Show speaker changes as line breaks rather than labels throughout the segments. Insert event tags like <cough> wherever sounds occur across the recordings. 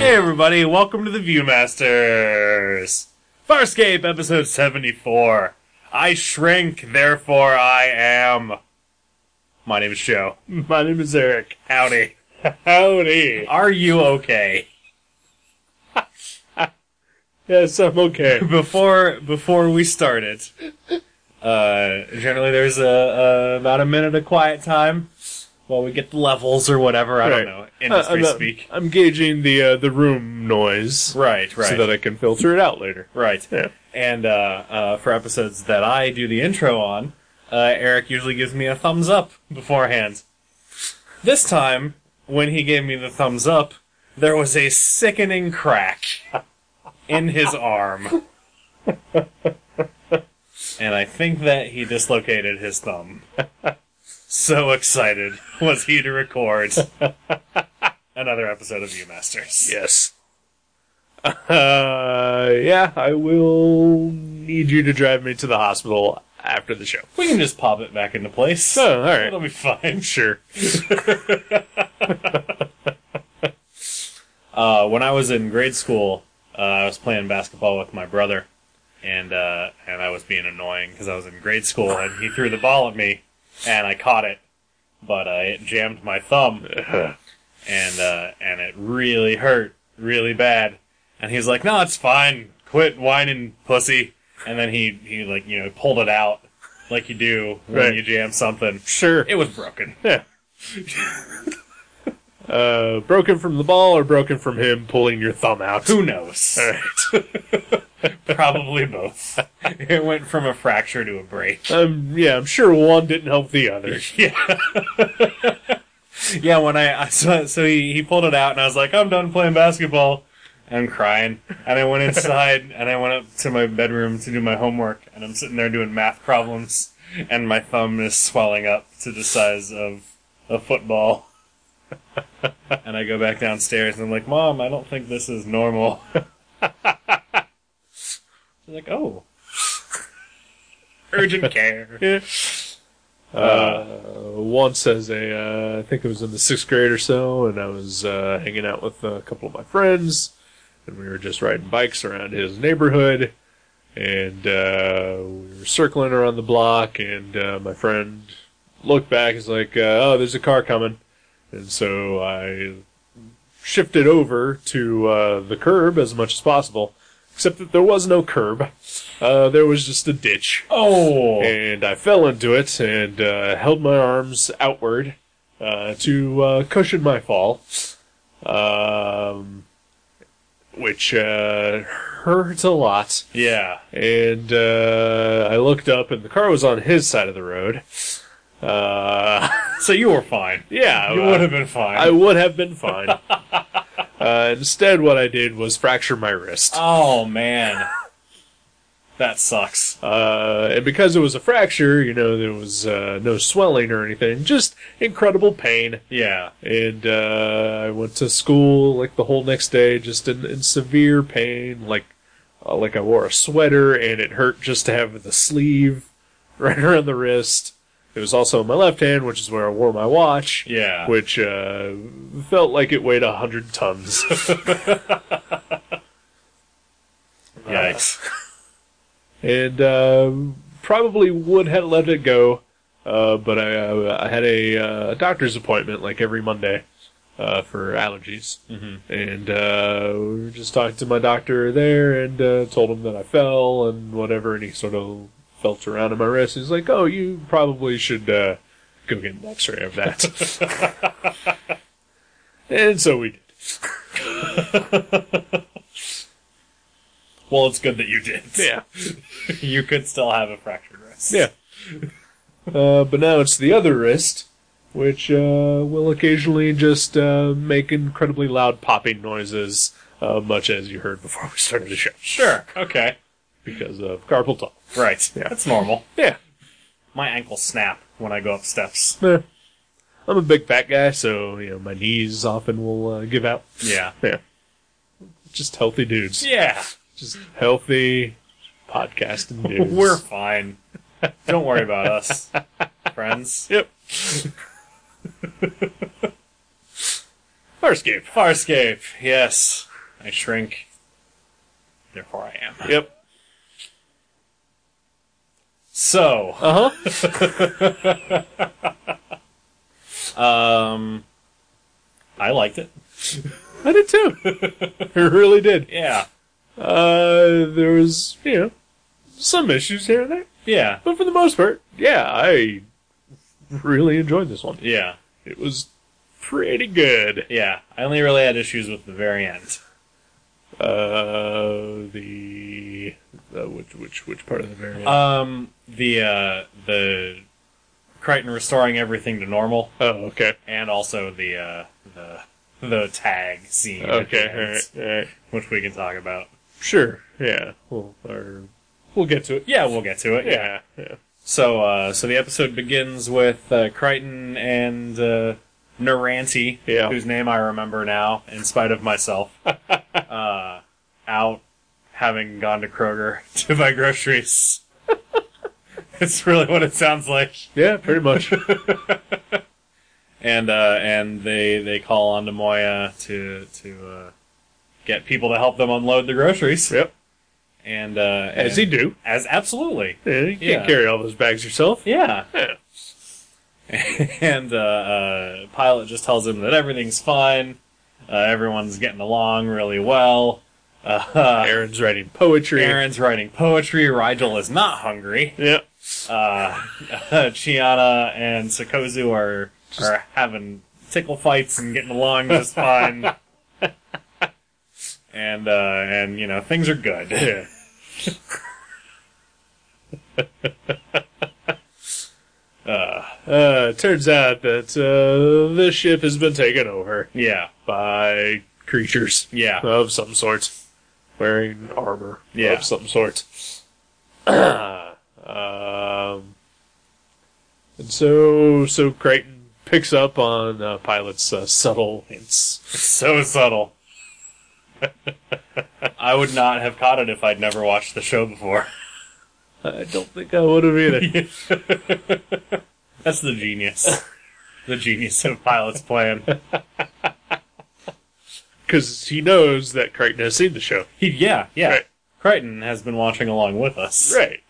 everybody, welcome to the Viewmasters! Farscape episode 74. I shrink, therefore I am. My name is Joe.
My name is Eric.
Howdy.
Howdy.
Are you okay?
Yes, I'm okay.
Before before we start it, uh, generally there's a, a about a minute of quiet time while we get the levels or whatever. I don't
Right.
know
Uh, I'm,
<laughs> industry
not-
speak.
I'm gauging the uh, the room noise,
Right, right,
so that I can filter it out later.
right.
Yeah.
And uh, uh, for episodes that I do the intro on, uh, Eric usually gives me a thumbs up beforehand. This time, when he gave me the thumbs up, there was a sickening crack in his arm. and I think that he dislocated his thumb. So excited was he to record another episode of You Masters.
Yes. Uh, yeah, I will need you to drive me to the hospital after the show.
We can just pop it back into place.
Oh, all right.
It'll be <laughs> fine.
Sure.
Uh, when I was in grade school, uh, I was playing basketball with my brother, and uh, and I was being annoying because I was in grade school, and he threw the ball at me, and I caught it, but uh, it jammed my <laughs> thumb, and uh, and it really hurt, really bad. And he's like, "No, it's fine. Quit whining, pussy." And then he he like you know pulled it out like you do when
Right.
you jam something.
Sure.
It was broken.
yeah. uh, broken from the ball or broken from him pulling your thumb out?
Who knows?
All right.
<laughs> Probably both. it went from a fracture to a break.
Um, yeah, I'm sure one didn't help the other.
Yeah. yeah, when I, I saw it, so he, he pulled it out and I was like, I'm done playing basketball. I'm crying. And I went <laughs> inside and I went up to my bedroom to do my homework and I'm sitting there doing math problems and my thumb is swelling up to the size of a <laughs> football. and I go back downstairs and I'm like, Mom, I don't think this is <laughs> normal. She's like, Oh. Urgent care.
Yeah. <laughs> Uh, once as a, uh, I think it was in the sixth grade or so, and I was uh, hanging out with a couple of my friends, and we were just riding bikes around his neighborhood, and uh, we were circling around the block, and uh, my friend looked back, is like, uh, "Oh, there's a car coming," and so I shifted over to uh, the curb as much as possible, except that there was no curb, uh, there was just a ditch
Oh.
and I fell into it and uh, held my arms outward uh, to uh, cushion my fall, um, which uh, hurt a lot.
Yeah.
And uh, I looked up, and the car was on his side of the road. Uh, <laughs>
So you were fine.
yeah,
You
I-
would have been fine.
I would have
<laughs>
been fine. uh, instead, what I did was fracture my wrist.
oh man, that sucks.
Uh, and because it was a fracture, you know, there was uh, no swelling or anything, just incredible pain.
Yeah.
And uh, I went to school like the whole next day, just in, in severe pain. Like, uh, like I wore a sweater, and it hurt just to have the sleeve <laughs> right around the wrist. It was also in my left hand, which is where I wore my watch.
Yeah.
Which uh, felt like it weighed a hundred tons. <laughs>
Yikes.
and uh, probably would have let it go. Uh, but I, uh, I had a uh, doctor's appointment like every Monday uh, for allergies, mm-hmm. and uh, we were just talking to my doctor there and uh, told him that I fell and whatever, and he sort of felt around in my wrist. He's like, "Oh, you probably should uh, go get an X-ray of that," <laughs> and so we did.
well, it's good that you did.
Yeah.
<laughs> you could still have a fractured wrist.
Yeah. Uh, but now it's the other wrist, which uh, will occasionally just uh, make incredibly loud popping noises, uh, much as you heard before we started the show,
Sure. Okay.
because of carpal tunnel.
Right.
Yeah.
That's normal.
Yeah.
My ankles snap when I go up steps.
Eh. I'm a big fat guy, so you know my knees often will uh, give out.
Yeah.
Yeah. Just healthy dudes.
Yeah.
Just healthy
<laughs>
podcasting dudes.
We're fine. Don't worry about
<laughs>
us, friends.
yep. Farscape.
Farscape. Yes. I shrink. Therefore, I am.
Yep.
So,
Uh huh.
um, I liked it.
I did
<laughs>
too. I really did.
Yeah,
Uh, there was you know some issues here and there,
yeah,
but for the most part, yeah, I really enjoyed this one.
yeah,
It was pretty good.
yeah. I only really had issues with the very end.
Uh, the uh, which which which part of the variant?
Um, the uh, the Crichton restoring everything to normal,
oh, okay,
and also the uh, the the tag scene, at
okay,
the
all
end,
right, all right,
which we can talk about.
sure, yeah, we'll or, we'll get to it.
Yeah, we'll get to it. yeah.
Yeah, yeah,
So, uh, so the episode begins with uh, Crichton and uh, Naranti,
Yeah.
whose name I remember now, in spite of myself, <laughs> uh, out having gone to Kroger <laughs> to buy groceries. <laughs> it's really what it sounds like.
yeah, pretty much.
And uh, and they they call on to Moya to to uh, get people to help them unload the groceries.
yep,
And uh,
as
and-
you do.
as absolutely,
Yeah, you can't
Yeah.
carry all those bags yourself.
yeah.
Yeah.
<laughs> and uh, uh, pilot just tells him that everything's fine. Uh, everyone's getting along really well. Uh, <laughs>
Aaron's writing poetry.
Aaron's writing poetry. Rigel is not hungry.
Yeah.
Uh, <laughs> Chiana and Sokozu are are having tickle fights and getting along just fine. and uh, and you know things are good. <laughs>
Yeah. uh, uh, turns out that uh, this ship has been taken over
yeah,
by creatures
yeah.
of some sort, wearing armor
Yeah.
of some sort. <clears throat> um, and so, so Crichton picks up on uh, Pilot's uh, subtle hints.
so subtle. <laughs> I would not have caught it if I'd never watched the show before.
I don't think I would
<laughs>
have either.
That's the genius. <laughs> The genius of Pilot's plan.
because he knows that Crichton has seen the show.
He, yeah, yeah.
Right.
Crichton has been watching along with us.
Right.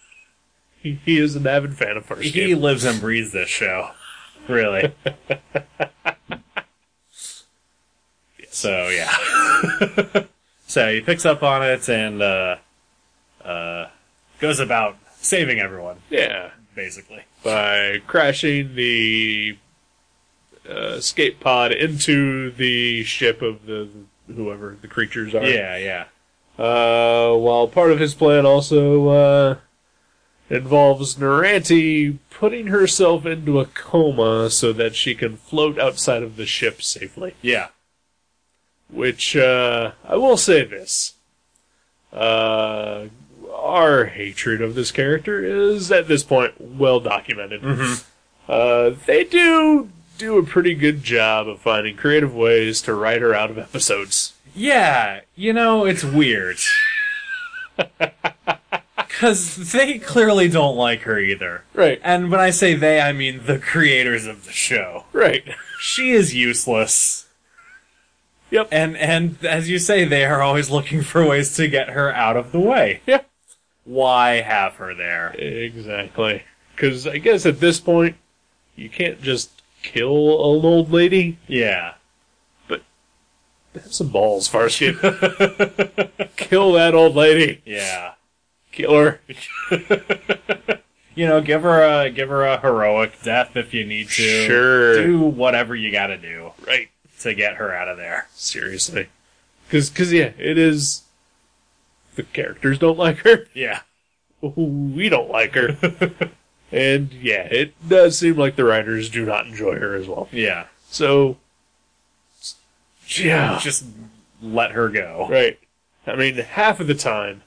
<laughs> he, he is an avid fan of Farscape.
He lives and breathes this show. <laughs> Really. so, yeah. <laughs> so he picks up on it and uh, uh, goes about saving everyone,
yeah,
basically.
by crashing the uh, escape pod into the ship of the whoever the creatures are.
Yeah, yeah.
Uh, while part of his plan also uh, involves Naranti putting herself into a coma so that she can float outside of the ship safely.
Yeah.
Which uh, I will say this: uh, our hatred of this character is at this point well documented. Uh, they do do a pretty good job of finding creative ways to write her out of episodes.
Yeah, you know, it's
<laughs>
weird. Because they clearly don't like her either.
Right.
And when I say they, I mean the creators of the show.
Right.
She is useless.
Yep.
And and as you say, they are always looking for ways to get her out of the way.
Yeah.
Why have her there?
Exactly. Because I guess at this point, you can't just kill an old lady.
Yeah.
Have some balls, Farscape. kill that old lady.
Yeah.
Kill her.
You know, give her a give her a heroic death if you need to.
Sure.
Do whatever you gotta do
Right.
to get her out of there.
Seriously. Cause, cause yeah, it is. The characters don't like her. <laughs>
Yeah.
We don't like her. and yeah, it does seem like the writers do not enjoy her as well.
Yeah.
So. Yeah.
Just let her go.
Right. I mean, half of the time,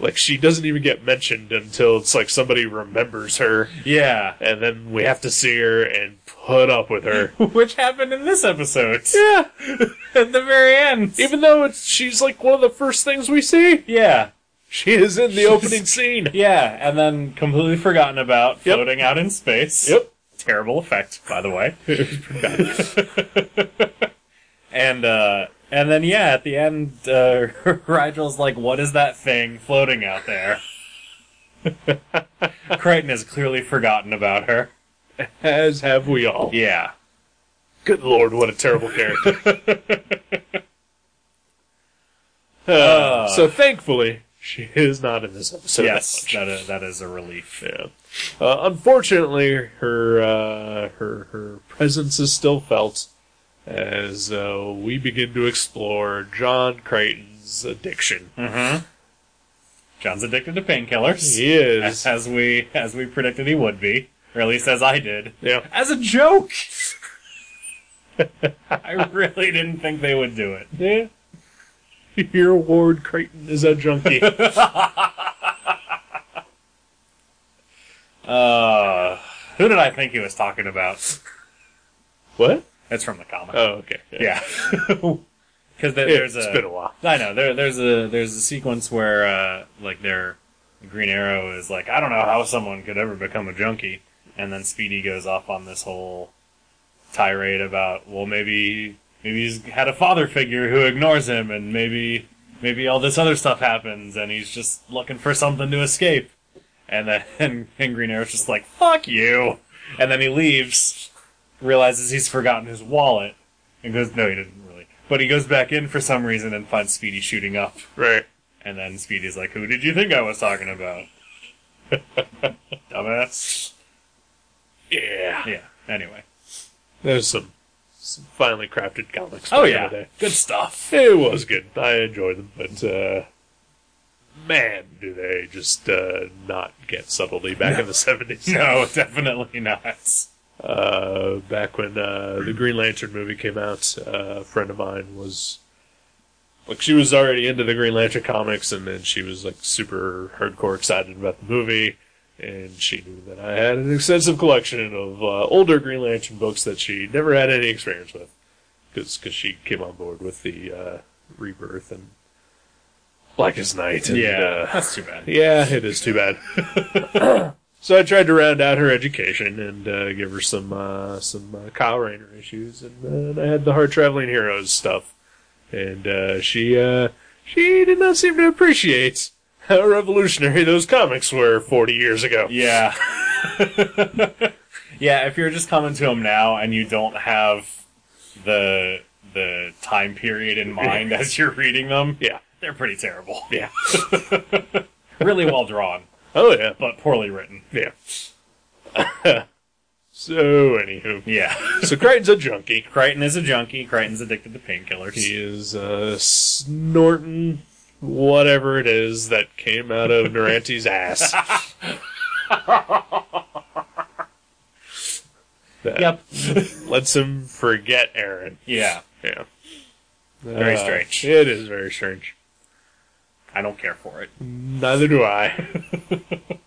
like, she doesn't even get mentioned until it's like somebody remembers her,
Yeah. <laughs>
and then we have to see her and put up
<laughs>
with her.
Which happened in this episode. <laughs>
yeah.
At the very end.
<laughs> Even though it's, she's like one of the first things we see,
yeah.
she is in the opening scene.
Yeah. And then completely forgotten about
Yep.
floating out in space.
Yep. <laughs>
Terrible effect, by the way. <laughs> and uh And then, yeah, at the end, uh, <laughs> Rigel's like, what is that thing floating out there? <laughs> Crichton has clearly forgotten about her.
As have we all.
Yeah.
Good lord, what a terrible character. <laughs> Uh,
Uh.
so thankfully, she is not in this episode.
yes,
that much.
that is, that is a relief.
Yeah. Uh, unfortunately, her uh, her her presence is still felt as uh, we begin to explore John Crichton's addiction.
Mm-hmm. John's addicted to painkillers.
He is.
As we, as we predicted he would be. Or at least as I did. <laughs>
yeah.
As a joke! I really didn't think they would do it.
Yeah. Your Ward Creighton is
<laughs>
a junkie.
Uh, who did I think he was talking about?
what?
That's from the comic.
Oh, okay.
yeah. <laughs> Because
Yeah,
there's
it's
a.
been a while.
<laughs> I know there, there's a there's a sequence where uh, like their Green Arrow is like I don't know how someone could ever become a junkie, and then Speedy goes off on this whole tirade about well maybe maybe he's had a father figure who ignores him, and maybe maybe all this other stuff happens, and he's just looking for something to escape, and then <laughs> and, and Green Arrow's just like fuck you, and then he leaves, realizes he's forgotten his wallet, and goes no he didn't really, but he goes back in for some reason and finds Speedy shooting up.
Right.
And then Speedy's like, "Who did you think I was talking about?" <laughs> Dumbass.
Yeah.
Yeah. Anyway.
There's some, some finely crafted comics.
Oh
back in the
yeah.
day.
Good stuff. <laughs>
It was good. I enjoyed them, but uh, man, do they just uh, not get subtlety back in the seventies?
No, definitely not.
Uh, back when uh, the Green Lantern movie came out, uh, a friend of mine was like she was already into the Green Lantern comics, and then she was like super hardcore excited about the movie. And she knew that I had an extensive collection of uh, older Green Lantern books that she never had any experience with, because she came on board with the uh, Rebirth and Blackest Night. And,
Yeah.
uh,
That's too bad.
yeah, it is too bad. so I tried to round out her education and uh, give her some uh, some uh, Kyle Rayner issues, and then I had the Hard Traveling Heroes stuff, and uh, she uh, she did not seem to appreciate how revolutionary those comics were 40 years ago.
Yeah. <laughs> yeah. If you're just coming to him now and you don't have the the time period in <laughs> mind as you're reading them,
Yeah,
they're pretty <laughs> terrible.
yeah.
Really well drawn,
Oh yeah,
but poorly written.
yeah. <coughs> so anywho,
Yeah.
so Crichton's a junkie.
Crichton is a junkie. Crichton's addicted to painkillers.
He is uh, snorting whatever it is that came out of Naranti's ass.
<laughs>
that <laughs>
Yep.
lets him forget Aaron.
Yeah.
Yeah.
Very
Uh,
strange.
It is very strange.
I don't care for it.
Neither do I. <laughs>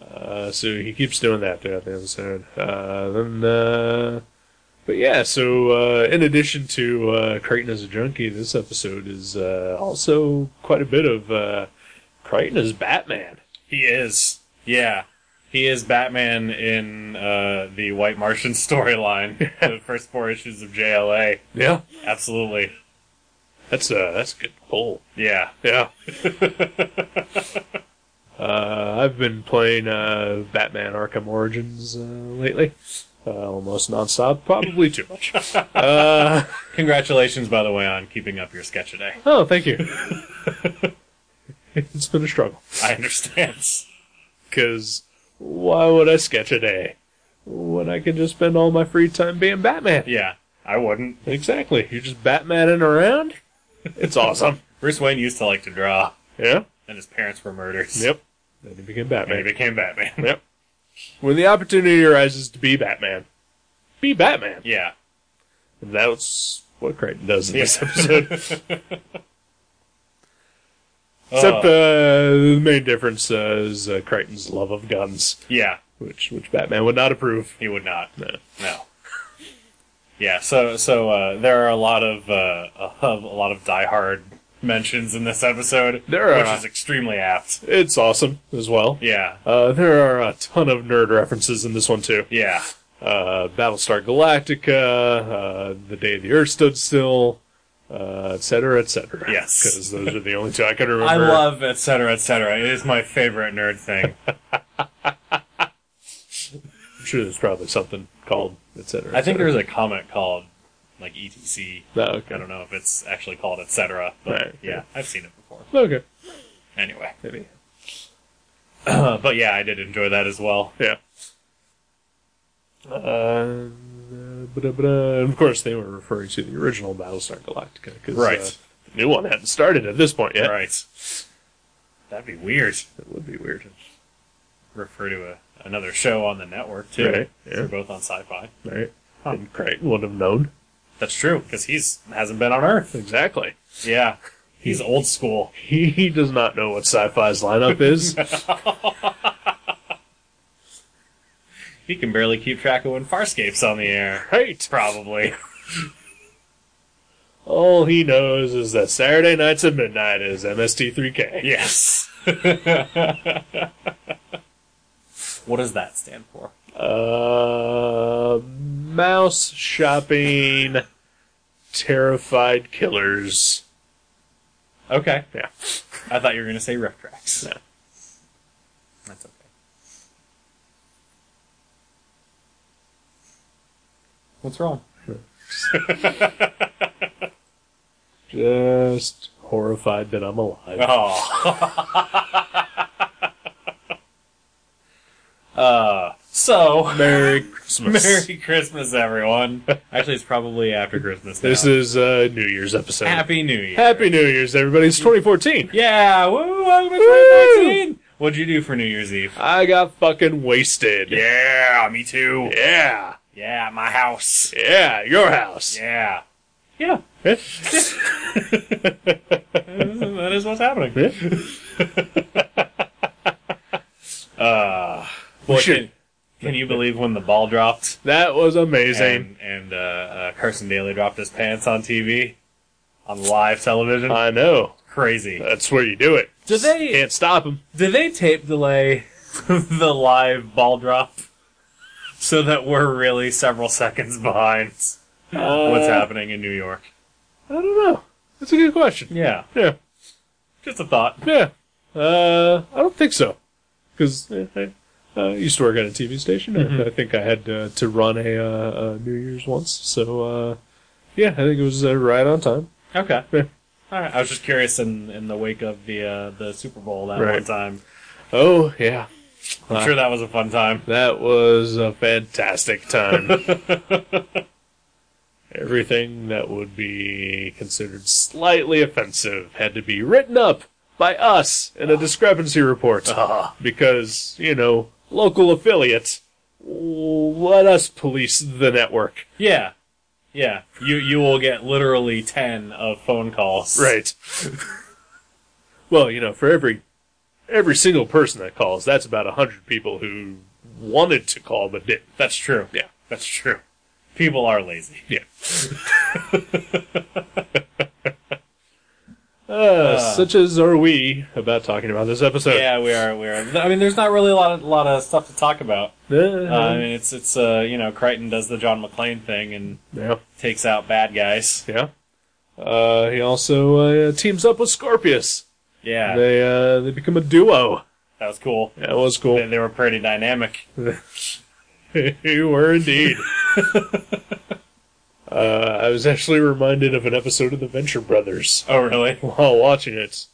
uh, so he keeps doing that throughout the episode. Uh, then, uh, but yeah. So uh, in addition to uh, Crichton as a junkie, this episode is uh, also quite a bit of uh, Crichton as Batman.
He is. Yeah. He is Batman in uh, the White Martian <laughs> storyline, the first four issues of JLA.
Yeah,
Absolutely.
that's uh, that's a good pull.
Yeah.
Yeah. <laughs> uh, I've been playing uh, Batman Arkham Origins uh, lately, uh, almost nonstop, probably too much. Uh,
Congratulations, by the way, on keeping up your sketch today.
oh, thank you. <laughs> it's been a struggle
I understand.
<laughs> because why would I sketch a day when I could just spend all my free time being Batman?
yeah. I wouldn't.
Exactly. You're just Batmaning around. It's awesome. <laughs>
Bruce Wayne used to like to draw,
Yeah.
and his parents were murdered.
Yep. Then he became
And he
Batman.
became Batman.
<laughs> Yep. When the opportunity arises to be Batman, be Batman.
yeah.
And that's what Crichton does in this
Yeah.
episode.
<laughs>
Except uh,
Uh,
the main difference uh, is uh, Crichton's love of guns,
yeah.
which which Batman would not approve.
He would not.
No.
No. Yeah, so so uh, there are a lot of, uh, of a lot of diehard mentions in this episode,
There are.
which is extremely apt.
It's awesome as well.
Yeah,
Uh, there are a ton of nerd references in this one too.
yeah,
Uh, Battlestar Galactica, uh, The Day the Earth Stood Still, uh, et cetera, et cetera.
Yes.
Because those are the only two I can remember.
<laughs> I love et cetera, et cetera. It is my favorite nerd thing.
I'm sure there's probably something called et cetera.
<laughs>
Et
I think
cetera.
there's a comic called like ETC.
Oh, okay.
I don't know if it's actually called et cetera, but
Right,
yeah,
yeah.
I've seen it before.
Okay.
Anyway,
Anyhow.
Uh, <clears throat> but yeah, I did enjoy that as well.
Yeah. Uh, but, but, uh, of course, they were referring to the original Battlestar Galactica because
Right.
the new one hadn't started at this point yet.
Right. That'd be weird.
That would be weird.
Refer to a, another show on the network too.
Right, yeah.
They're both on Sci-Fi.
Right?
Huh.
And Crichton would have known.
That's true because he's hasn't been on Earth.
Exactly.
Yeah, he's old school.
He, he does not know what sci-fi's lineup is.
He can barely keep track of when Farscape's on the air.
right.
Probably. <laughs>
All he knows is that Saturday nights at midnight is MST3K.
yes. <laughs> what does that stand for?
Uh, mouse shopping, terrified killers.
Okay.
Yeah.
I thought you were going to say riff tracks.
No.
That's okay. What's wrong?
Just horrified that I'm alive.
Oh. uh, so,
Merry Christmas.
Merry Christmas, everyone. Actually, it's probably after Christmas now.
This is uh, New Year's episode.
Happy New Year.
Happy New Year's, everybody. It's 2014.
Yeah, woo, welcome to
Woo!
2019. What'd you do for New Year's Eve?
I got fucking wasted.
Yeah, me too.
Yeah.
Yeah, my house.
Yeah. Your house.
Yeah. Yeah.
Yeah.
that is what's happening. Uh, boy,
We should-
can, can you believe when the ball dropped
<laughs> That was amazing.
and, and uh, uh, Carson Daly dropped his pants on TV on live television?
I know.
<laughs> Crazy.
That's where you do it.
Do they
Can't stop him.
do they tape delay <laughs> the live ball drop so that we're really several seconds behind what's happening in New York?
Uh, I don't know. That's a good question.
Yeah,
Yeah.
just a thought.
Yeah. Uh, I don't think so. Because I, I used to work at a TV station. and I, think I had uh, to run a, uh, a New Year's once. So, uh, yeah, I think it was uh, right on time.
Okay.
Yeah.
All right. I was just curious in, in the wake of the uh, the Super Bowl that
Right. Uh.
one time.
Oh, yeah.
I'm
Wow.
sure that was a fun time.
That was a fantastic <laughs> time. Everything that would be considered slightly offensive had to be written up by us in a discrepancy report. <laughs> Because, you know, local affiliates let us police the network.
Yeah. Yeah. You you will get literally ten of phone calls.
Right. <laughs> well, you know, for every every single person that calls, that's about a hundred people who wanted to call but didn't.
That's true.
Yeah.
That's true. People are lazy.
<laughs> Yeah. uh, such as are we about talking about this episode.
Yeah, we are. We are. I mean, there's not really a lot of, lot of stuff to talk about. Uh, I
Uh,
mean, it's it's uh you know Crichton does the John McClane thing and
yeah.
takes out bad guys.
Yeah. Uh, he also uh, teams up with Scorpius.
Yeah,
They uh, they become a duo.
that was cool.
That was
They,
cool.
they were pretty dynamic. <laughs>
<laughs> you were indeed. uh, I was actually reminded of an episode of The Venture Brothers.
Oh, really?
while watching it.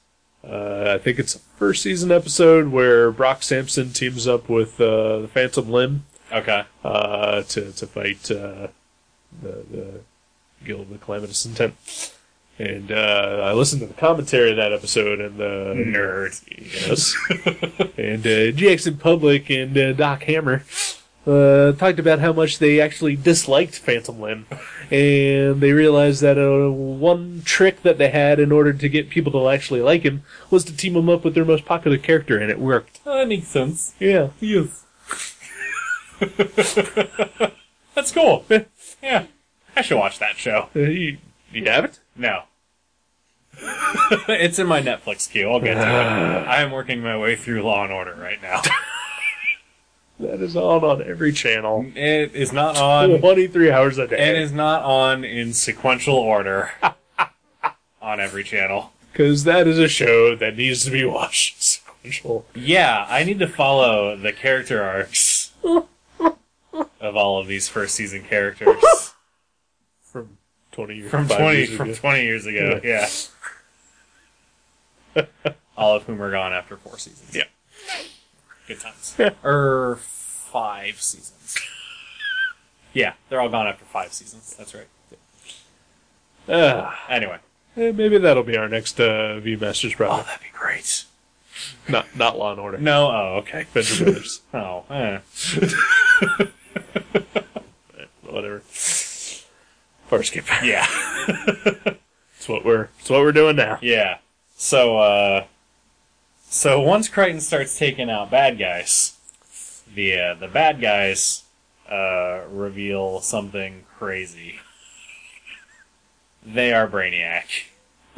Uh, I think it's a first season episode where Brock Sampson teams up with uh, the Phantom Limb
Okay.
uh, to to fight uh, the the Guild of the Calamitous Intent. And uh, I listened to the commentary of that episode and the
Mm-hmm. Nerd.
Yes. <laughs> and uh, Jackson Public and uh, Doc Hammer uh, talked about how much they actually disliked Phantom Limb, and they realized that uh, one trick that they had in order to get people to actually like him was to team him up with their most popular character, and it worked.
Oh, that makes sense.
Yeah.
Yes. That's cool. <laughs>
Yeah.
Yeah. I should watch that show.
Uh, you, you have it?
No. <laughs> it's in my Netflix queue. I'll get to it. I am working my way through Law and Order right now.
That is on on every channel.
It is not on.
23 hours a day.
It is not on in sequential order. on every channel.
Because that is a show that needs to be watched <laughs> in sequential.
Yeah, I need to follow the character arcs of all of these first season characters
<laughs> From 20 years
from
five
twenty
years
from
ago.
twenty years ago. Yeah, <laughs> all of whom are gone after four seasons.
Yeah.
good times.
Yeah.
Or five
<laughs>
seasons. Yeah, they're all gone after five seasons. That's right.
Ah,
Anyway,
eh, maybe that'll be our next uh, V Masters product.
Oh, that'd be great.
Not not Law and Order.
No, oh, okay.
Venture <laughs> Brothers.
Oh, eh.
Whatever. Farscape.
yeah.
It's what we're it's what we're doing now.
Yeah. So, uh, so once Crichton starts taking out bad guys, the uh, the bad guys uh, reveal something crazy. They are Brainiac, <laughs>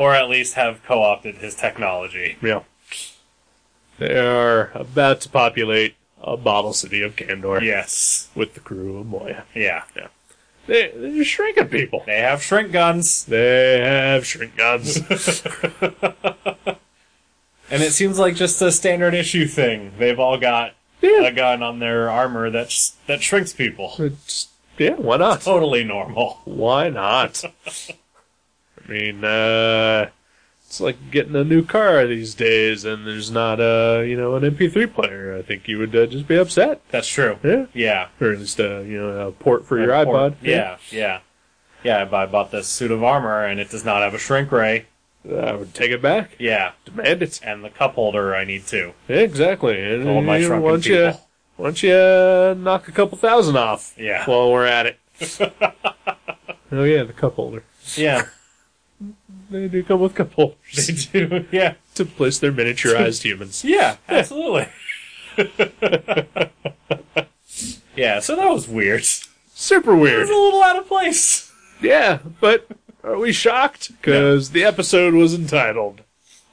or at least have co-opted his technology.
Yeah. They are about to populate a bottle city of Candor
Yes.
with the crew of Moya.
Yeah.
They, they're shrinking people.
They have shrink guns, <laughs>
They have shrink guns.
and it seems like just a standard issue thing. They've all got a
yeah,
gun on their armor that sh- that shrinks people. <laughs>
it's, yeah, why not?
Totally normal. <laughs>
Why not? I mean, uh, it's like getting a new car these days, and there's not uh, you know, an MP3 player. I think you would uh, just be upset.
That's true.
Yeah,
Yeah.
or at least uh, you know, a port for your
Or-
iPod.
Yeah, yeah. Yeah, I I bought this suit of armor and it does not have a shrink ray.
I would take it back,
Yeah.
demand it.
And the cup holder I need too.
Yeah, exactly. And
All my
you know,
shrunken
why don't you,
people.
why don't you uh, knock a couple thousand off?
Yeah.
While we're
<laughs>
at it. oh yeah, the cup holder.
Yeah. <laughs>
They do come with cup holders <laughs>
They do. Yeah.
to place their
<laughs>
miniaturized humans.
Yeah, absolutely. <laughs> yeah, so that was weird. It
Super weird.
was a little out of place.
Yeah, but are we shocked? Because the episode was entitled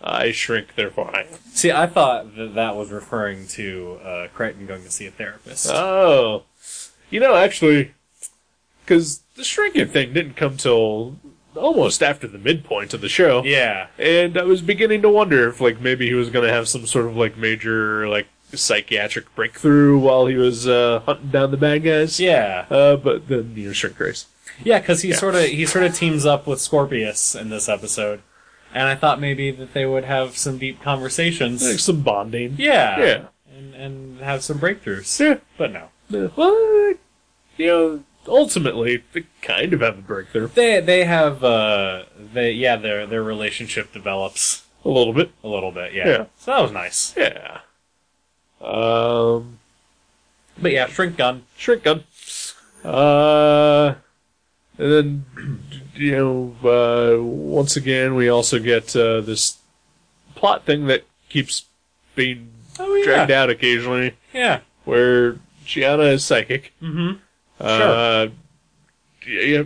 "I Shrink, Therefore I." Am."
See, I thought that that was referring to uh, Crichton going to see a therapist.
Oh, you know, actually, because the shrinking thing didn't come till almost after the midpoint of the show.
yeah.
and I was beginning to wonder if like maybe he was gonna have some sort of like major like psychiatric breakthrough while he was uh, hunting down the bad guys.
Yeah.
Uh, but then you know, shrink race.
Yeah, because he
Yeah.
sort of he sort of teams up with Scorpius in this episode, and I thought maybe that they would have some deep
Like
conversations.
some bonding.
Yeah,
Yeah.
and and have some breakthroughs.
Yeah.
But no,
Uh, Well, you know, ultimately they kind of have a breakthrough
they they have uh they yeah their their relationship develops
a little bit.
a little bit. Yeah,
Yeah.
so that was nice.
Yeah. Um,
But yeah, shrink gun.
shrink gun. Uh, and then <clears throat> you know, uh, once again, we also get uh, this plot thing that keeps being
Oh yeah,
dragged out occasionally,
yeah.
where Gianna is psychic.
Mm-hmm.
Uh, yeah,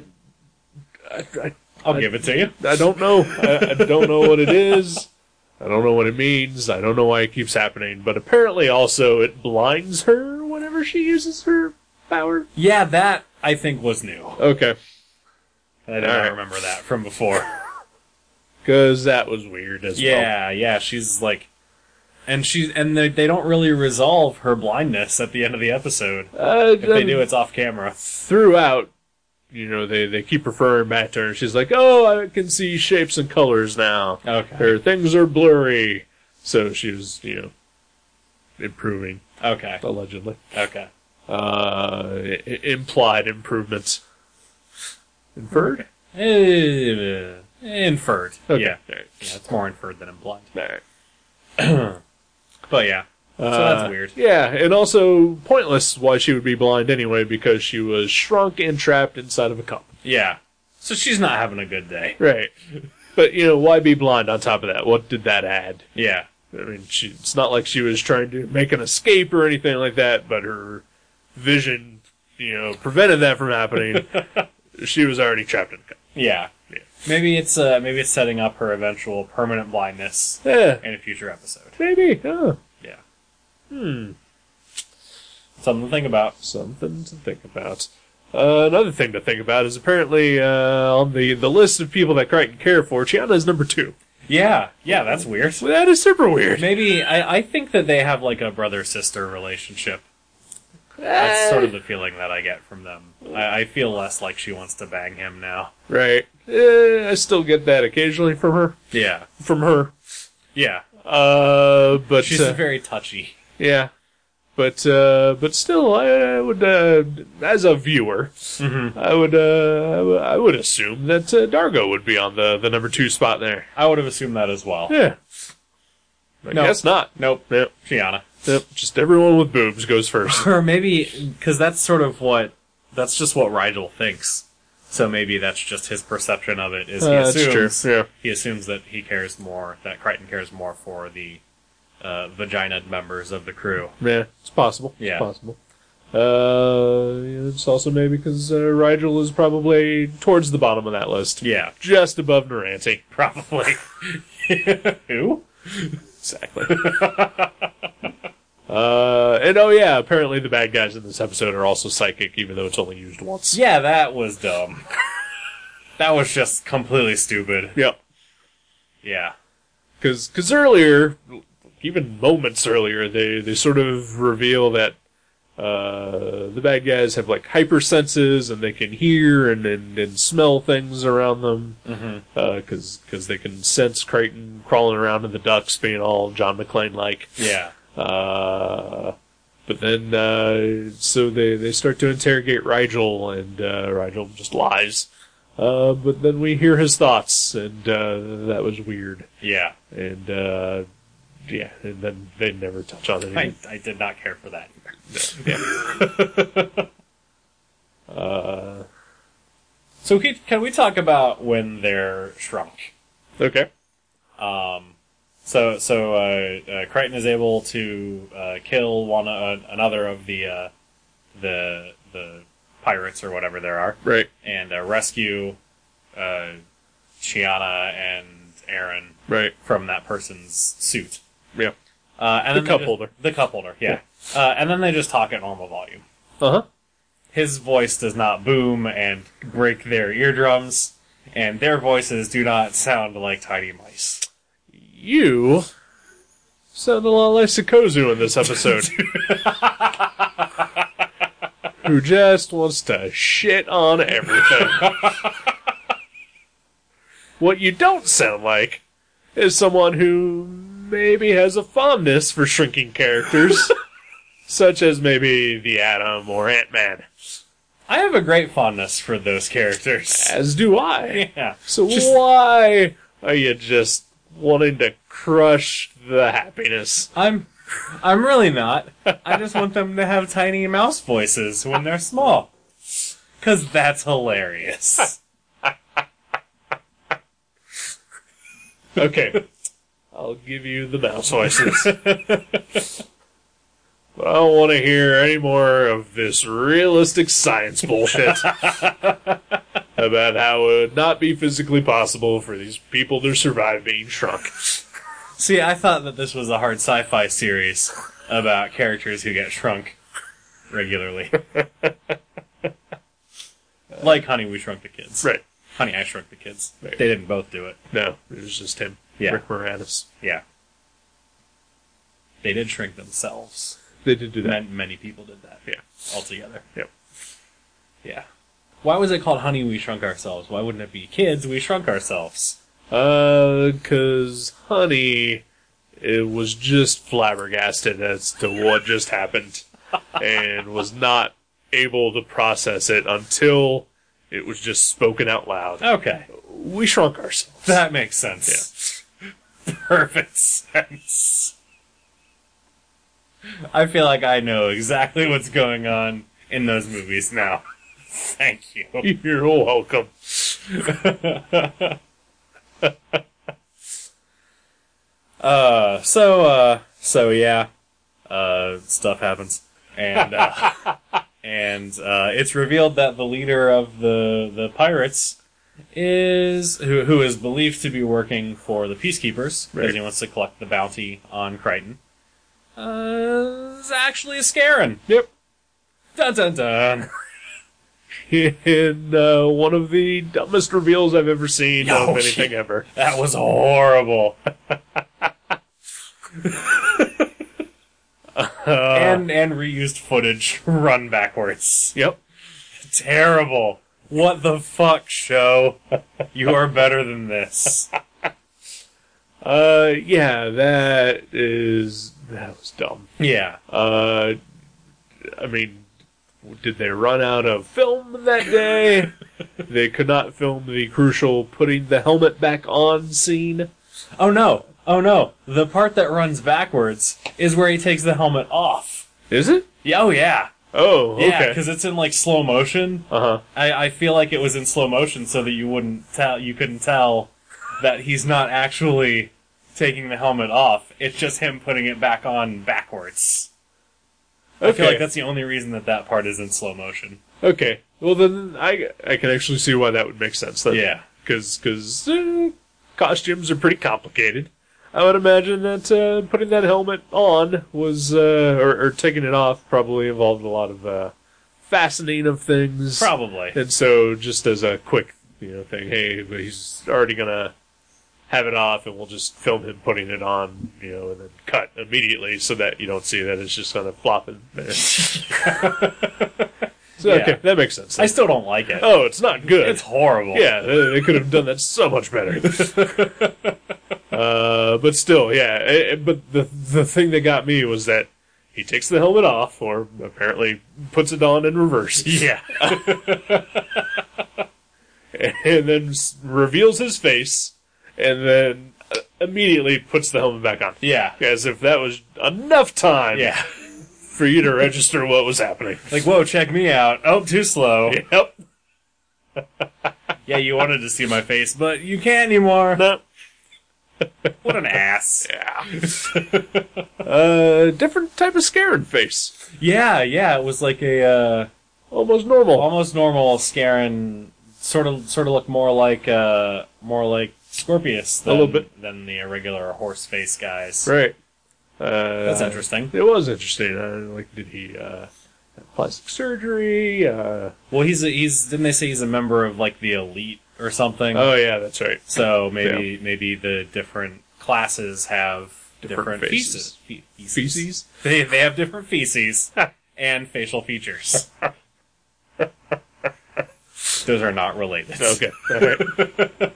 I, I,
I'll give it to you.
I don't know. I, I don't know what it is. I don't know what it means. I don't know why it keeps happening, but apparently also it blinds her whenever she uses her power.
Yeah, that I think was new.
Okay.
I don't
All right.
remember that from before.
Because that was weird as well.
Yeah, yeah, she's like, and she and they, they don't really resolve her blindness at the end of the episode.
Uh,
If they do, it's off camera.
Throughout, you know, they, they keep referring back to her. She's like, oh, I can see shapes and colors now.
Okay,
Her things are blurry. So she was, you know, improving,
okay,
allegedly.
okay.
Uh, i- i- implied improvements. Inferred?
Eh, Inferred.
Okay.
Yeah,
All right.
yeah, it's more inferred than implied.
All right.
But yeah, so that's
Uh,
weird.
Yeah, and also pointless why she would be blind anyway, because she was shrunk and trapped inside of a cup.
Yeah, so she's not having a good day.
Right. But you know, why be blind on top of that? What did that add?
Yeah,
I mean, she, it's not like she was trying to make an escape or anything like that, but her vision, you know, prevented that from happening. <laughs> she was already trapped in a cup.
yeah.
Yeah.
Maybe it's uh, maybe it's setting up her eventual permanent blindness
Yeah,
in a future episode.
maybe. Oh,
Yeah,
hmm.
something to think about.
Something to think about. Uh, another thing to think about is apparently uh, on the, the list of people that Crichton care for, Chiana is number two.
Yeah, yeah, that's weird.
Well, that is super weird.
Maybe I, I think that they have like a brother sister relationship. That's sort of the feeling that I get from them. I, I feel less like she wants to bang him now.
Right. Eh, I still get that occasionally from her.
Yeah,
From her.
yeah.
Uh, but
She's
uh,
very touchy.
yeah. But uh, but still, I, I would uh, as a viewer,
Mm-hmm.
I would uh, I would- I would assume that uh, Dargo would be on the, the number two spot there.
I would have assumed that as well.
Yeah. I
No.
guess not.
Nope,
Yep.
Shiana.
Yep. Just everyone with boobs goes first.
Or maybe because that's sort of what that's just what Rigel thinks. So maybe that's just his perception of it. Is he
Uh, that's
assumes
true, yeah.
he assumes that he cares more that Crichton cares more for the uh, vagina members of the crew.
Yeah, it's possible.
Yeah.
It's possible. Uh, yeah, it's also maybe because uh, Rigel is probably towards the bottom of that list.
Yeah,
Just above Naranti.
probably. <laughs> Who?
Exactly. <laughs> uh, and oh yeah, apparently the bad guys in this episode are also psychic, even though it's only used once.
Yeah, that was dumb. that was just completely stupid.
Yep.
Yeah.
Because earlier, even moments earlier, they, they sort of reveal that uh, the bad guys have like hyper senses and they can hear and, and, and smell things around them. Because because they can sense Creighton crawling around in the ducks, being all John McClane like.
Yeah.
Uh, but then, uh, so they, they start to interrogate Rigel, and uh, Rigel just lies. Uh, but then we hear his thoughts, and uh, that was weird
Yeah.
and uh, yeah, and then they never touch on
I,
anything.
I did not care for that. <laughs>
Uh,
So can, can we talk about when they're shrunk?
okay,
Um, so so uh, uh, Crichton is able to uh, kill one uh, another of the uh, the the pirates or whatever there are,
right,
and uh, rescue uh, Chiana and Aaron
right,
from that person's suit.
yeah,
Uh, and
The
then they
cup
just-
holder.
The cup holder, yeah. Uh, and then they just talk at normal volume.
uh huh,
His voice does not boom and break their eardrums, and their voices do not sound like tiny mice.
you. Sound a lot like Sokozu in this <laughs> episode. Who just wants to shit on <laughs> everything. what you don't sound like is someone who maybe has a fondness for shrinking <laughs> characters, such as maybe the Atom or Ant Man.
I have a great fondness for those characters.
<laughs> As do I.
Yeah.
So
Just-
why are you just wanting to crush the happiness?
I'm I'm really not. I just want them to have tiny mouse voices when they're small. Cause that's
<laughs>
hilarious.
Okay. <laughs> I'll give you the mouse voices. <laughs> but I don't want to hear any more of this realistic science bullshit <laughs> about how it would not be physically possible for these people to survive being <laughs> shrunk.
See, I thought that this was a hard sci-fi series about characters who get shrunk
<laughs>
regularly. like Honey, We Shrunk the Kids.
Right.
Honey, I Shrunk the Kids.
Right.
They didn't both do it.
No, it was just him.
Yeah.
Rick Moranis.
Yeah. They did shrink themselves.
They did do that.
Many, many people did that.
Yeah.
altogether.
Yep.
Yeah. Why was it called Honey We Shrunk Ourselves? Why wouldn't it be Kids We Shrunk Ourselves?
Uh, cause honey, it was just flabbergasted as to what just happened, and was not able to process it until it was just spoken out loud.
Okay.
We shrunk ourselves.
That makes sense. <laughs> Perfect sense. I feel like I know exactly what's going on in those movies now. <laughs> Thank you.
<laughs> You're welcome.
Uh, so, uh, so yeah, uh, stuff happens. And, uh, and, uh, it's revealed that the leader of the, the pirates is, who, who is believed to be working for the peacekeepers, because
Right.
he wants to collect the bounty on Crichton, uh, is actually a Scarin.
Yep.
Dun dun dun.
in uh, one of the dumbest reveals I've ever seen
Oh,
of anything
shit.
ever.
That was horrible.
Uh,
and Uh, and reused footage <laughs> run backwards.
Yep.
Terrible. What the fuck, show? You are better than this.
Uh, yeah, that is that was dumb.
Yeah.
Uh, I mean, did they run out of film that <laughs> day? they could not film the crucial putting the helmet back on scene.
Oh no. Oh no. The part that runs backwards is where he takes the helmet off.
Is it?
Yeah, Oh yeah.
Oh,
Yeah,
okay.
because it's in like slow motion.
Uh huh.
I, I feel like it was in slow motion so that you wouldn't tell you couldn't tell that he's not actually taking the helmet off. It's just him putting it back on backwards. I feel
Okay.
like that's the only reason that that part is in slow motion.
Okay. Well, then I I can actually see why that would make sense. Then.
Yeah.
Because because costumes are pretty complicated. I would imagine that uh, putting that helmet on was uh, or, or taking it off probably involved a lot of uh, fastening of things.
Probably.
And so, just as a quick you know thing, hey, he's already gonna have it off, and we'll just film him putting it on, you know, and then cut immediately so that you don't see that it's just kind of flopping
<laughs>
there. so
Yeah.
okay, that makes sense.
I still don't like it.
oh, it's not good.
It's horrible.
<laughs> yeah, they they could have done that so much
<laughs>
better. uh, but still, yeah. eh, eh, but the the thing that got me was that he takes the helmet off, or apparently puts it on in reverse.
Yeah.
<laughs> and then s- reveals his face, and then uh, immediately puts the helmet back on.
Yeah.
As if that was enough time
Yeah.
for you to register what was happening.
Like, whoa, check me out. Oh, too slow.
<laughs> Yep.
Yeah, you wanted to see my face, but you can't anymore.
No.
What an ass.
Yeah. <laughs> uh, different type of scared face.
Yeah, yeah, it was like a uh
Almost normal.
almost normal Scarin sort of sort of look more like uh more like Scorpius than,
little bit.
than the irregular horse face guys.
Right. Uh,
That's interesting.
It was interesting. Uh, like, did he uh, have plastic surgery? Uh,
Well, he's a, he's didn't they say he's a member of like the elite or something?
oh, yeah, that's right.
so maybe maybe the different classes have different,
Different
feces. Fe-
faces.
feces.
Feces?
<laughs> They they have different feces <laughs> and facial features. <laughs> Those are not related.
Okay. All right.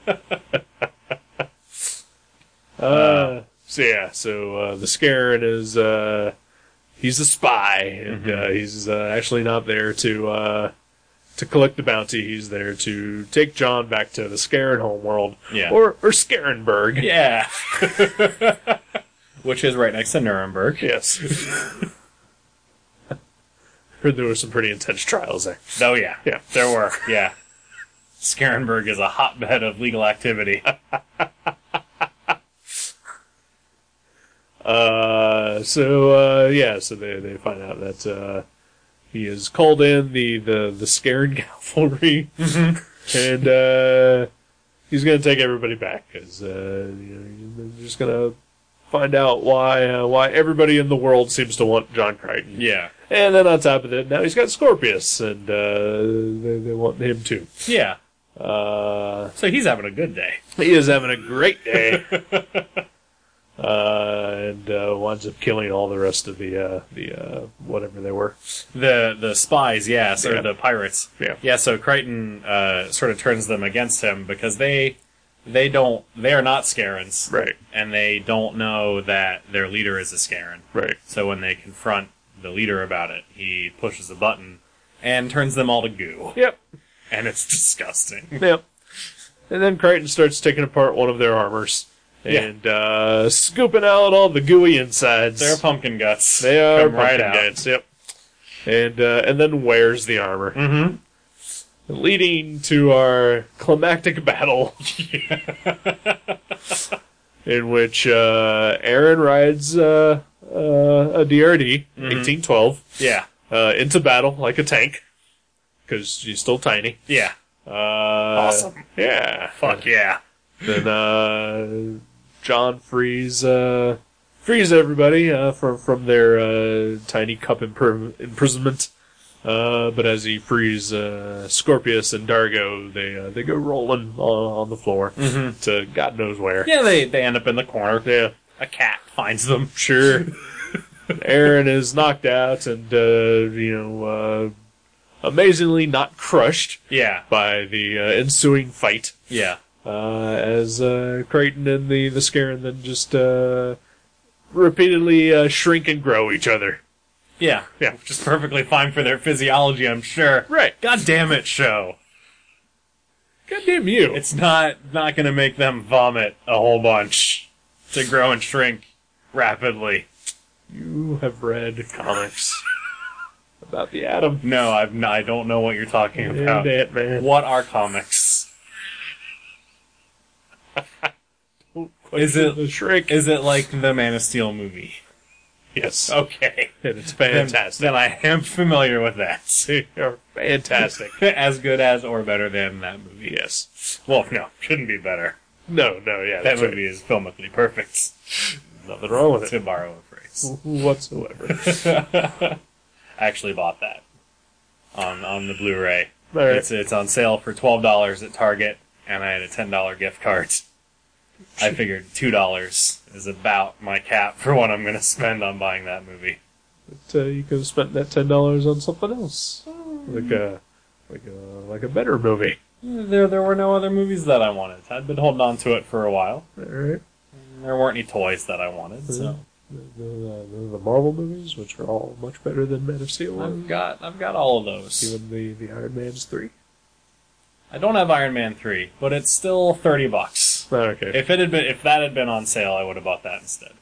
<laughs>
uh, so yeah, so uh, the Scarin is uh, he's a spy, and
Mm-hmm.
uh, he's uh, actually not there to uh, to collect the bounty. He's there to take John back to the Scarin homeworld,
Yeah.
or or Scarenburg.
Yeah. <laughs> Which is right next to Nuremberg.
Yes. <laughs> Heard there were some pretty intense trials there.
Oh yeah.
Yeah.
There were. Yeah. Scarenburg is a hotbed of legal activity. <laughs>
Uh, so uh, yeah, so they they find out that uh, he has called in the the the scared <laughs> cavalry, and uh, he's gonna take everybody back because uh, you know, they're just gonna find out why uh, why everybody in the world seems to want John Crichton.
Yeah.
And then on top of that, now he's got Scorpius, and uh, they they want him too.
Yeah.
Uh,
So he's having a good day.
he is having a great <laughs> day. uh, and uh, winds up killing all the rest of the uh, the uh, whatever they were.
The the spies, yes, or
Yeah.
the pirates.
Yeah.
Yeah, so Crichton uh, sort of turns them against him because they they don't they are not Scarens.
Right.
And they don't know that their leader is a Scaron.
Right.
So when they confront the leader about it, he pushes a button and turns them all to <laughs> goo.
Yep.
And it's disgusting.
Yep. And then Crichton starts taking apart one of their armors and uh, scooping out all the gooey insides.
They're pumpkin guts.
They are
Come right
pumpkin
out.
guts, Yep. And uh, and then wears the armor,
Mm-hmm.
leading to our climactic
<laughs>
battle, <laughs> in which uh, Aaron rides uh, uh, a DRD
Mm-hmm.
eighteen twelve
Yeah.
uh, into battle like a tank because she's still tiny.
Yeah.
Uh,
Awesome.
Yeah.
Fuck yeah.
then uh, John frees uh, frees everybody uh, from from their uh, tiny cup impr- imprisonment, Uh, but as he frees uh, Scorpius and Dargo, they uh, they go rolling on, on the floor to God knows where.
Yeah, they, they end up in the corner. Yeah. A cat finds them.
Sure. Aaron is knocked out and, uh, you know, uh, amazingly not crushed
<laughs> Yeah.
by the uh, ensuing fight.
Yeah.
Uh, as uh, Creighton and the, the Scarin then just uh, repeatedly uh, shrink and grow each other.
Yeah.
Yeah.
Which is perfectly fine for their physiology, I'm sure.
Right.
God damn it, show.
Goddamn you.
It's not not gonna make them vomit a whole bunch to grow and shrink rapidly.
you have read <laughs> comics about the atom
No, I've n- I don't know what you're talking
and
about.
Ant-Man.
What are comics? Is it-
the shrink?
Is it like the Man of Steel movie?
yes.
Okay.
Oh, And it's
Then-
fantastic.
Then, I am familiar with that. <laughs>
They are fantastic.
as good as or better than that movie.
yes.
Well, no, shouldn't be better.
No, no, yeah.
That
that's
movie is filmically perfect.
right. Nothing wrong with
To
it.
borrow a phrase. <laughs>
Whatsoever. <laughs>
I actually bought that on on the Blu-ray.
All right.
It's it's on sale for twelve dollars at Target, and I had a ten dollar gift card. <laughs> I figured two dollars is about my cap for what I'm going to spend on buying that movie.
But, uh, you could have spent that ten dollars on something else, like a like a like a better movie.
There there were no other movies that I wanted. I'd been holding on to it for a while.
All right.
There weren't any toys that I wanted, so
The, the, the, the Marvel movies, which are all much better than Man of Steel,
I've
and
got I've got all of those.
even the the Iron Man's three.
I don't have Iron Man three, but it's still thirty bucks.
Oh, okay,
If it had been if that had been on sale, I would have bought that instead.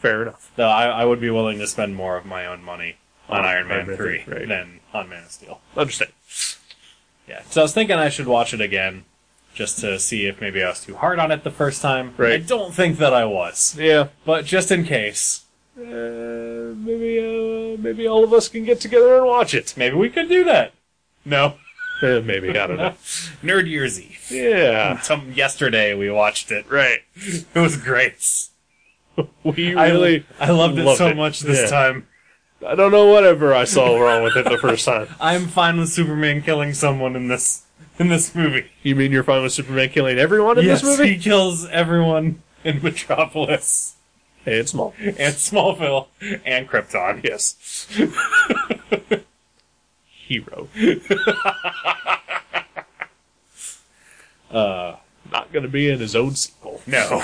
fair enough.
Though I, I would be willing to spend more of my own money on
On
Oh, Iron Man
Iron Man
three
three, right.
than on Man of Steel.
Understand?
Yeah. So I was thinking I should watch it again just to see if maybe I was too hard on it the first time.
Right.
I don't think that I was.
Yeah.
But just in case,
Uh, maybe uh, maybe all of us can get together and watch it. <laughs>
maybe we could do that. No.
Eh, maybe I don't
<laughs>
know.
Nerd Year's Eve.
Yeah.
Some yesterday we watched it.
Right.
It was great.
We
I-
really.
I, loved it
loved
so
it.
much this
Yeah.
time.
I don't know whatever I saw wrong with it the first time.
I'm fine with Superman killing someone in this in this movie.
You mean you're fine with Superman killing everyone in
yes,
this movie?
he kills everyone in Metropolis
Hey,
<laughs>
it's small.
and Smallville and Krypton.
Yes. <laughs> Hero.
Uh,
Not going to be in his own sequel.
No.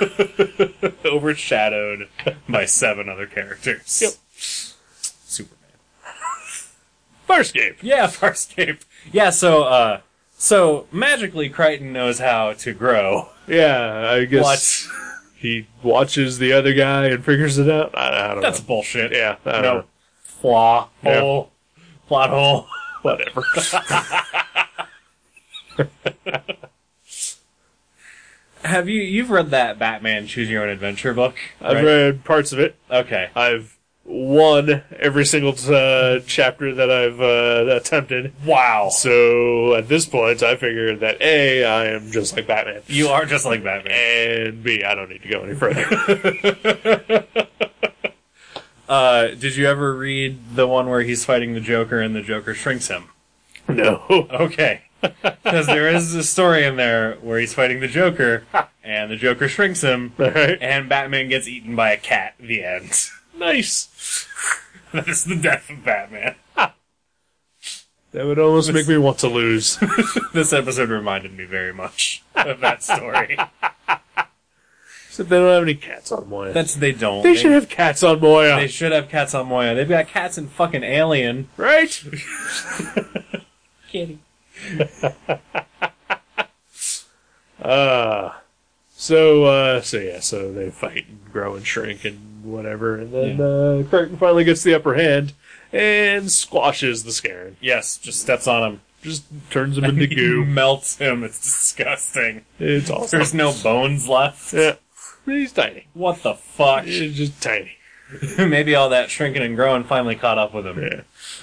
<laughs> Overshadowed by seven other characters.
Yep.
Superman.
Farscape.
Yeah, <laughs> Farscape. Yeah, so uh so magically Crichton knows how to grow. <laughs>
Yeah, I guess
What?
he watches the other guy and figures it out. I, I don't
That's
know.
bullshit.
Yeah, I don't
No.
know.
Flaw,
Yeah.
hole, plot hole. <laughs>
Whatever.
Have you you've read that Batman Choose Your Own Adventure book?
<laughs> I've
right?
read parts of it.
Okay.
I've won every single uh, chapter that I've uh, attempted.
Wow.
So at this point, I figure that A, I am just like Batman.
You are just like Batman.
And B, I don't need to go
<laughs>
any further.
Uh did you ever read the one where he's fighting the Joker and the Joker shrinks him?
no.
Okay. <laughs> Because there is a story in there where he's fighting the Joker, and the Joker shrinks
<laughs>
him,
<laughs> Alright.
and Batman gets eaten by a cat at the end. <laughs>
Nice.
that is the death of Batman. <laughs>
That would almost make me want to lose. <laughs>
This episode reminded me very much of that
<laughs>
story.
Except they don't have any cats on Moya.
That's they don't.
they should have cats on Moya,
they should have cats on Moya. They've got cats in fucking Alien.
right?
Kitty.
Uh, so uh, so yeah, so they fight and grow and shrink and whatever, and then
Yeah.
uh, Crichton finally gets the upper hand and squashes the Scarin.
Yes, just steps on him.
Just turns him into
He <laughs>
goo.
melts him. It's disgusting.
<laughs> It's awesome.
There's no bones left.
yeah, he's tiny.
What the fuck?
He's just tiny.
<laughs> Maybe all that shrinking and growing finally caught up with him.
Yeah.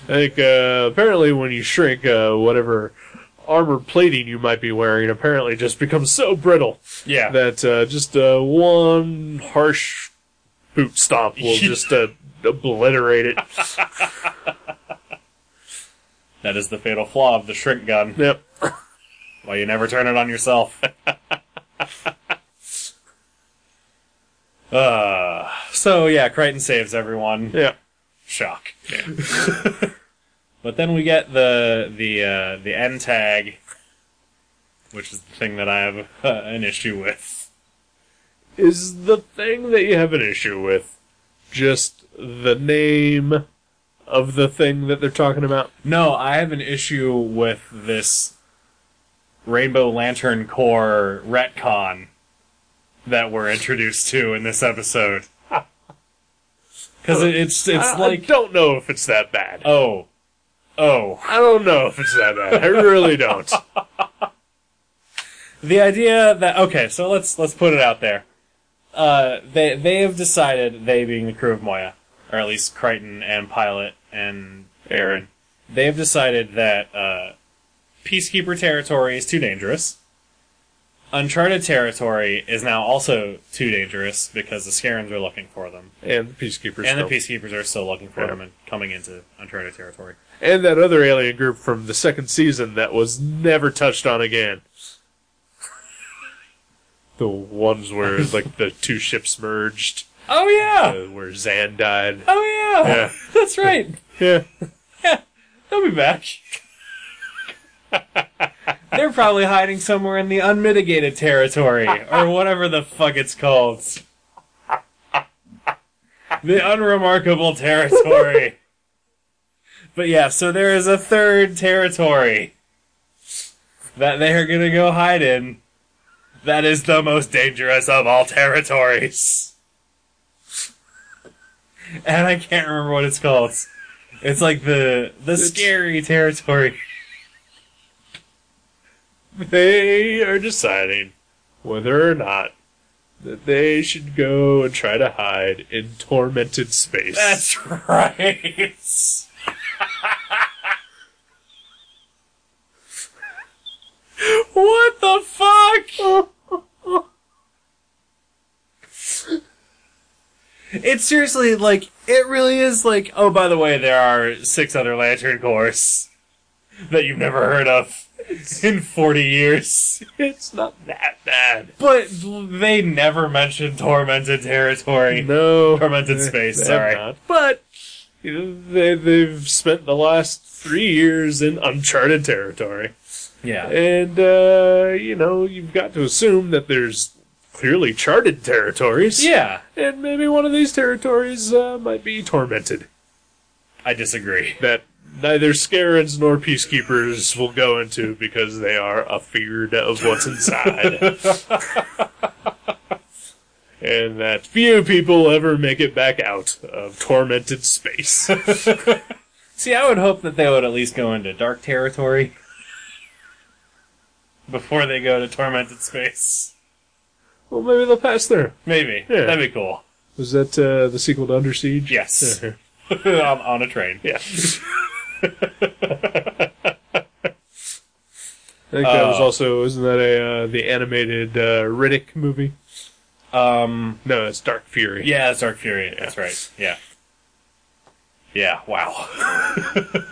I think uh, apparently when you shrink, uh, whatever armor plating you might be wearing apparently just becomes so brittle
Yeah.
that uh, just uh, one
<laughs>
harsh boot stomp will just uh, obliterate it.
That is the fatal flaw of the shrink
<laughs>
gun.
Yep.
Why you never turn it on yourself. <laughs> uh, so yeah, Crichton saves everyone.
Yeah.
Shock. but then we get the the uh, the end tag, which is the thing that I have uh, an issue with.
Is the thing that you have an issue with just the name of the thing that they're talking about?
No, I have an issue with this Rainbow Lantern Corps retcon that we're introduced to in this episode. <laughs> Because it, it's it's
I, I
like
don't know if it's that bad.
oh oh
I don't know if it's that bad. I
<laughs>
really don't.
the idea that okay so let's let's put it out there. Uh, they they have decided they being the crew of Moya or at least Crichton and Pilot and
Aaron.
they have decided that uh, peacekeeper territory is too dangerous. Uncharted territory is now also too dangerous because the Scarabs are looking for them,
And the Peacekeepers.
and the
film.
peacekeepers are still looking for
Yeah.
them and coming into Uncharted territory.
and that other alien group from the second season that was never touched on again. <laughs> the ones <laughs> where it's like the two ships merged,
Oh yeah,
uh, where Zan died.
oh yeah,
Yeah.
<laughs> that's right.
<laughs> Yeah,
They'll be back. They're probably hiding somewhere in the unmitigated territory, or whatever the fuck it's called. The unremarkable territory. But yeah, so there is a third territory that they are gonna go hide in. That is the most dangerous of all territories. And I can't remember what it's called. It's like the the scary territory.
they are deciding whether or not that they should go and try to hide in tormented space.
That's <laughs> right. what the fuck? it's seriously like it really is like oh by the way there are six other lantern cores that you've never heard of in 40 years.
it's not that bad.
But they never mention tormented territory.
No,
Tormented
they-
Space,
they have
sorry.
not. But you know, they they've spent the last three years in uncharted territory,
Yeah.
and uh, you know you've got to assume that there's clearly charted territories.
Yeah.
and maybe one of these territories uh, might be tormented.
I disagree.
That neither Scarabs nor peacekeepers will go into because they are afeared of
<laughs>
what's inside. And that few people ever make it back out of tormented
<laughs>
space.
See, I would hope that they would at least go into dark territory before they go to tormented space.
Well, maybe they'll pass through.
Maybe.
Yeah.
That'd be cool. <laughs>
Was that uh, the sequel to Under Siege? Uh-huh.
Yes. on, on a train.
yeah. I think that was
Uh,
also isn't that a uh, the animated uh, Riddick movie?
Um,
No, it's Dark Fury.
yeah, it's Dark Fury. That's right. Yeah. Yeah, wow. <laughs>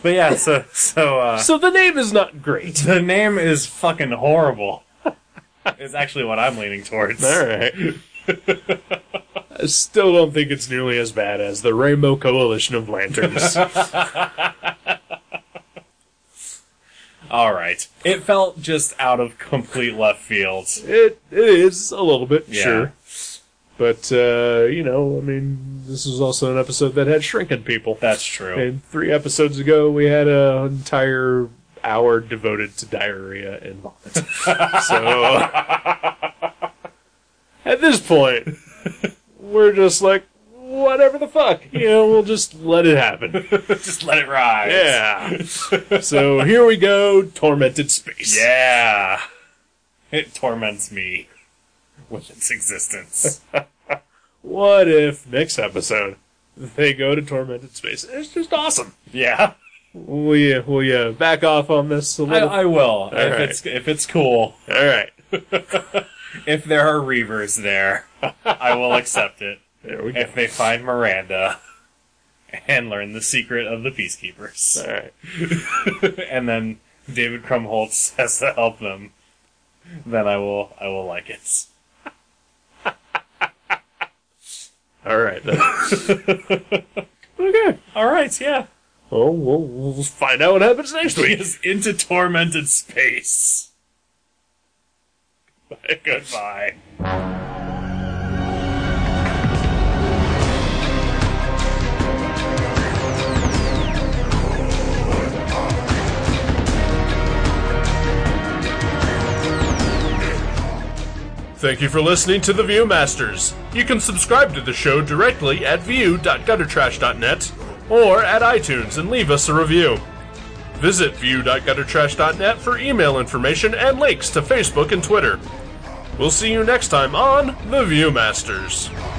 but yeah, so, so, uh.
So the name is not great.
The name is fucking horrible. <laughs> is actually what I'm leaning towards.
All right. I still don't think it's nearly as bad as the Rainbow Coalition of <laughs> Lanterns.
All right. It felt just out of complete left field.
It it is a little bit,
Yeah.
sure. But uh, you know, I mean, this was also an episode that had shrinking people.
That's true.
And three episodes ago, we had an entire hour devoted to diarrhea
<laughs>
and vomit. so uh, at this point, we're just like, whatever the fuck, you know, we'll just let it happen.
<laughs> just let it ride.
Yeah. So here we go, tormented space.
Yeah. It torments me with its
<laughs>
existence.
What if next episode they go to tormented space? It's just awesome.
yeah.
Will you, will you back off on this a
I,
little?
I will. if
right.
it's if it's cool.
All right.
If there are
<laughs>
reavers there, I will accept it.
There we go.
If they find Miranda and learn the secret of the Peacekeepers.
All right.
and then David Krumholtz <laughs> has to help them. Then I will I will like it.
All right. Then. <laughs> okay.
All right, yeah.
Well, we'll, we'll find out what happens next
He
week. <laughs>
is into tormented space. Goodbye.
Thank you for listening to The Viewmasters. You can subscribe to the show directly at view.guttertrash.net or at iTunes and leave us a review. Visit view.guttertrash.net for email information and links to Facebook and Twitter. We'll see you next time on The Viewmasters.